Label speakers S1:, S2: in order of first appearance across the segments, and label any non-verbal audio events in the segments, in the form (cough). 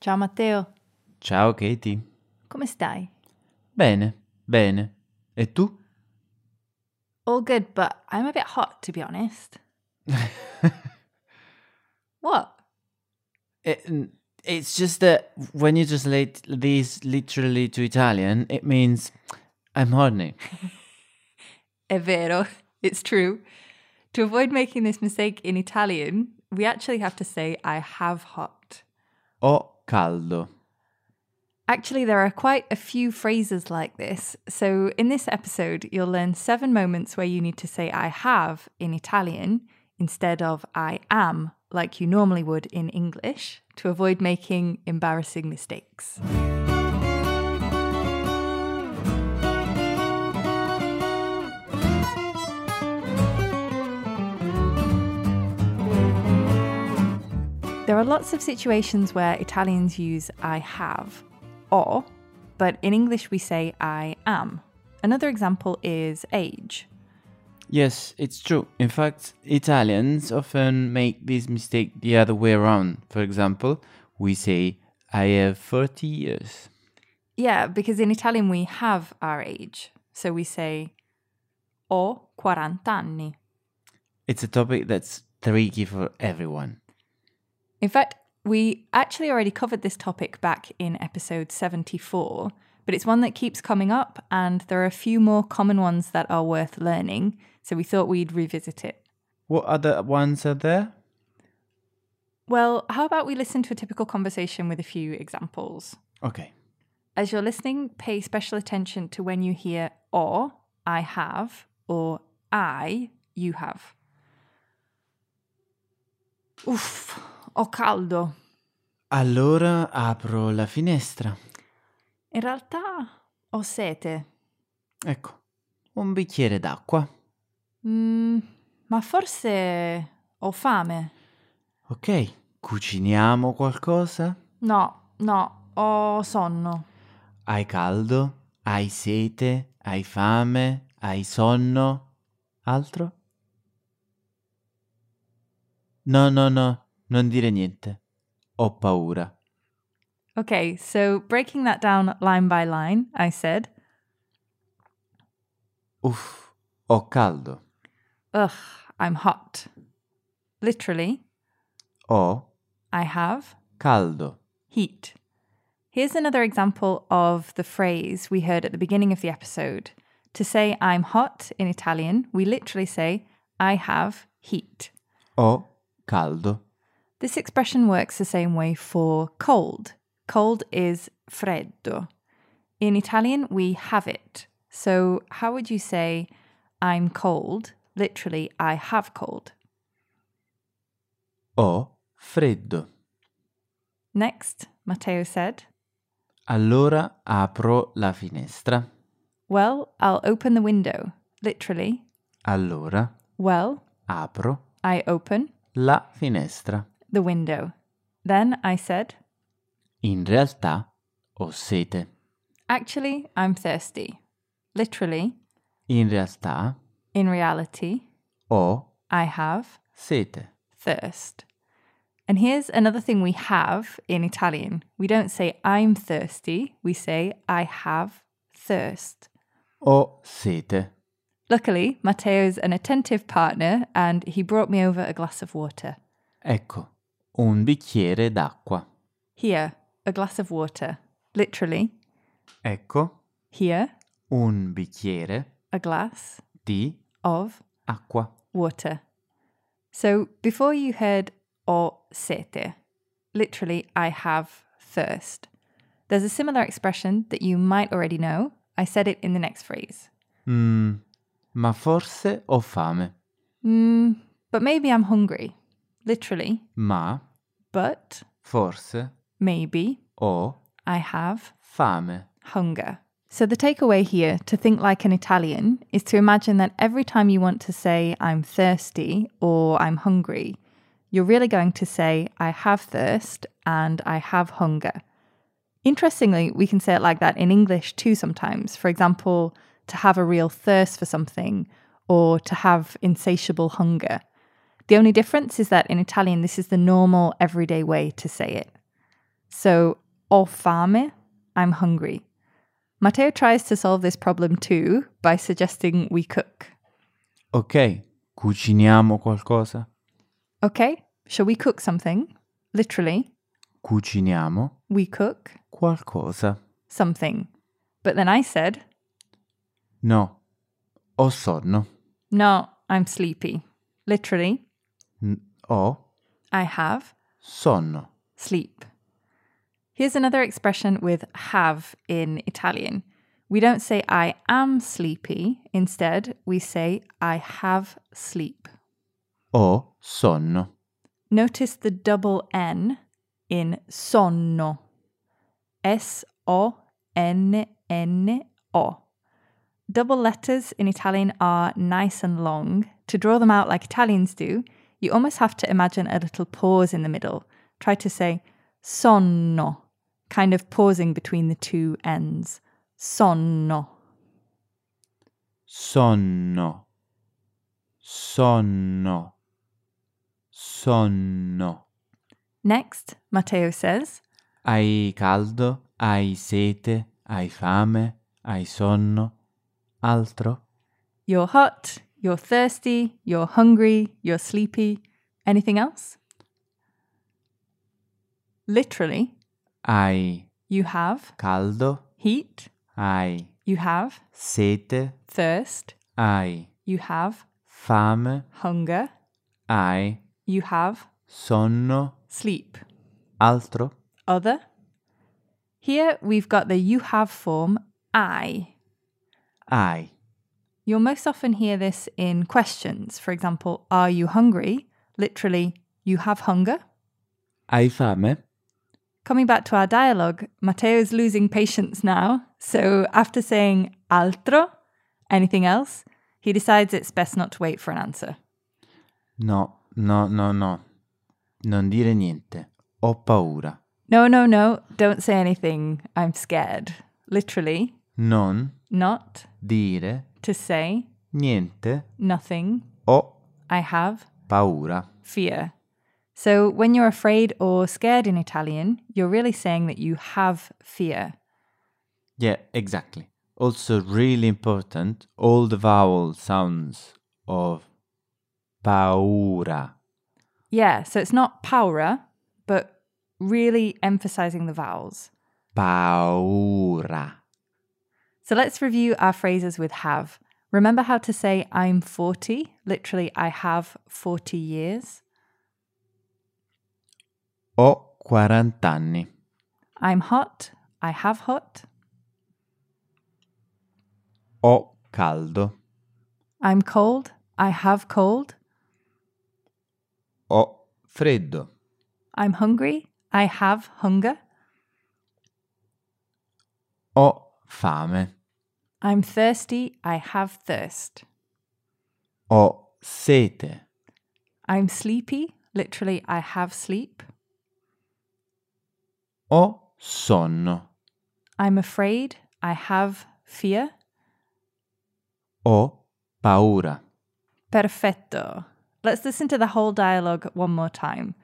S1: Ciao Matteo,
S2: Ciao Katie.
S1: come stai?
S2: Bene, bene. E tu?
S1: All good, but I'm a bit hot to be honest. What?
S2: It- E, it's just that when you translate this literally to Italian, it means I'm horny.
S1: È vero, (laughs) it's true. To avoid making this mistake in Italian, we actually have to say I have hot.
S2: Ho caldo.
S1: Actually, there are quite a few phrases like this. So, in this episode, you'll learn seven moments where you need to say I have in Italian instead of I am, like you normally would in English, to avoid making embarrassing mistakes. There are lots of situations where Italians use I have or, but in English we say I am. Another example is age.
S2: Yes, it's true. In fact, Italians often make this mistake the other way around. For example, we say, I have 40 years.
S1: Yeah, because in Italian we have our age. So we say ho 40 anni.
S2: It's a topic that's tricky for everyone.
S1: In fact, we actually already covered this topic back in episode 74, but it's one that keeps coming up, and there are a few more common ones that are worth learning. So we thought we'd revisit it.
S2: What other ones are there?
S1: Well, how about we listen to a typical conversation with a few examples?
S2: Okay.
S1: As you're listening, pay special attention to when you hear or, I have, or I, you have. Uff, ho caldo.
S2: Allora apro la finestra.
S1: In realtà ho sete.
S2: Ecco, un bicchiere d'acqua.
S1: Mm, ma forse ho fame.
S2: Ok, cuciniamo qualcosa?
S1: No, no, ho sonno.
S2: Hai caldo? Hai sete? Hai fame? Hai sonno? Altro? No, no, no, non dire niente. Ho paura.
S1: Okay, so breaking that down line by line, I said,
S2: Uff, ho caldo.
S1: ugh, I'm hot. Literally,
S2: Ho
S1: I have
S2: caldo.
S1: heat. Here's another example of the phrase we heard at the beginning of the episode. To say I'm hot in Italian, we literally say I have heat.
S2: Ho caldo.
S1: This expression works the same way for cold. Cold is freddo. In Italian, we have it. So, how would you say I'm cold? Literally, I have cold.
S2: Ho freddo.
S1: Next, Matteo said,
S2: Allora apro la finestra.
S1: Well, I'll open the window. Literally,
S2: Allora
S1: well,
S2: apro
S1: I open
S2: la finestra.
S1: the window. Then I said,
S2: In realtà ho sete.
S1: Actually, I'm thirsty. Literally,
S2: In realtà
S1: in reality,
S2: ho
S1: I have
S2: sete.
S1: thirst. And here's another thing we have in Italian we don't say I'm thirsty, we say I have thirst.
S2: Ho sete.
S1: Luckily, Matteo's an attentive partner and he brought me over a glass of water.
S2: Ecco, un bicchiere d'acqua.
S1: Here, a glass of water. Literally,
S2: Ecco,
S1: here,
S2: un bicchiere
S1: a glass
S2: di
S1: of
S2: acqua.
S1: water. So before you heard o sete, literally I have thirst. There's a similar expression that you might already know. I said it in the next phrase.
S2: Mm, ma forse ho fame.
S1: Mm, but maybe I'm hungry. Literally,
S2: Ma
S1: but
S2: forse
S1: maybe
S2: ho
S1: I have
S2: fame.
S1: hunger. So, the takeaway here to think like an Italian is to imagine that every time you want to say, I'm thirsty or I'm hungry, you're really going to say, I have thirst and I have hunger. Interestingly, we can say it like that in English too sometimes. For example, to have a real thirst for something or to have insatiable hunger. The only difference is that in Italian, this is the normal, everyday way to say it. So, ho fame, I'm hungry. Matteo tries to solve this problem too by suggesting we cook.
S2: Ok, cuciniamo qualcosa?
S1: Okay, shall we cook something? Literally,
S2: Cuciniamo
S1: we cook
S2: qualcosa?
S1: something. But then I said,
S2: No, ho sonno.
S1: no, I'm sleepy. Literally,
S2: N- ho
S1: I have
S2: sonno.
S1: sleep. Here's another expression with have in Italian. We don't say I am sleepy. Instead, we say I have sleep.
S2: Ho sonno.
S1: Notice the double N in sonno. S O N N O. Double letters in Italian are nice and long. To draw them out like Italians do, you almost have to imagine a little pause in the middle. Try to say sonno, kind of pausing between the two ends. Sonno.
S2: Sonno. Sonno. Sonno.
S1: Next, Matteo says,
S2: Hai caldo, hai sete, hai fame, hai sonno. Altro?
S1: You're hot, you're thirsty, you're hungry, you're sleepy. Anything else? Literally,
S2: Hai
S1: you have
S2: caldo,
S1: heat,
S2: hai
S1: you have
S2: sete,
S1: thirst,
S2: hai
S1: you have
S2: fame,
S1: hunger,
S2: hai
S1: you have
S2: sonno.
S1: sleep.
S2: Altro?
S1: Other. Here we've got the you have form I.
S2: Hai.
S1: You'll most often hear this in questions. For example, are you hungry? Literally, you have hunger.
S2: Hai fame?
S1: Coming back to our dialogue, Matteo's losing patience now. So after saying altro, anything else, he decides it's best not to wait for an answer.
S2: No, no, no, no. Non dire niente. Ho paura.
S1: No, no, no, don't say anything. I'm scared. Literally,
S2: Non
S1: not
S2: dire
S1: to say
S2: niente.
S1: nothing.
S2: Ho
S1: I have
S2: paura.
S1: fear. So when you're afraid or scared in Italian, you're really saying that you have fear.
S2: Yeah, exactly. Also, really important, all the vowel sounds of paura.
S1: Yeah, so it's not paura, but really emphasizing the vowels.
S2: Paura.
S1: So let's review our phrases with have. Remember how to say I'm 40? Literally, I have 40 years.
S2: Ho 40 anni.
S1: I'm hot. I have hot.
S2: Ho caldo.
S1: I'm cold. I have cold.
S2: Ho freddo.
S1: I'm hungry. I have hunger.
S2: Ho fame.
S1: I'm thirsty. I have thirst.
S2: Ho sete.
S1: I'm sleepy. Literally, I have sleep.
S2: Ho sonno.
S1: I'm afraid. I have fear.
S2: Ho paura.
S1: Perfetto. Let's listen to the whole dialogue one more time.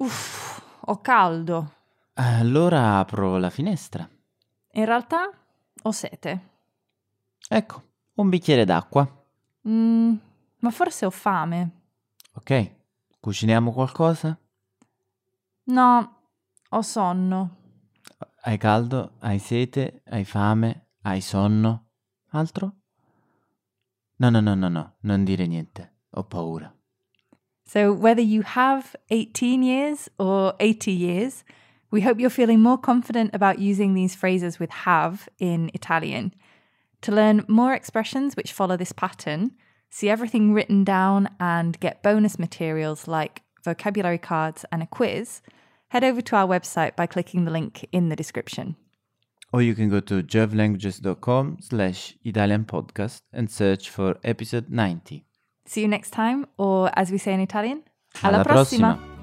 S1: Uff, ho caldo.
S2: Allora apro la finestra.
S1: In realtà ho sete.
S2: Ecco, un bicchiere d'acqua.
S1: Mm, ma forse ho fame.
S2: Ok, cuciniamo qualcosa?
S1: No, ho sonno.
S2: Hai caldo, hai sete, hai fame, hai sonno. Altro? No, no, no, no, no, non dire niente. Ho paura.
S1: So, whether you have 18 years or 80 years, we hope you're feeling more confident about using these phrases with have in Italian. To learn more expressions which follow this pattern, see everything written down and get bonus materials like vocabulary cards and a quiz, head over to our website by clicking the link in the description.
S2: Or you can go to jevlanguages.com slash Italian podcast and search for episode 90.
S1: See you next time, or as we say in Italian,
S2: Alla prossima.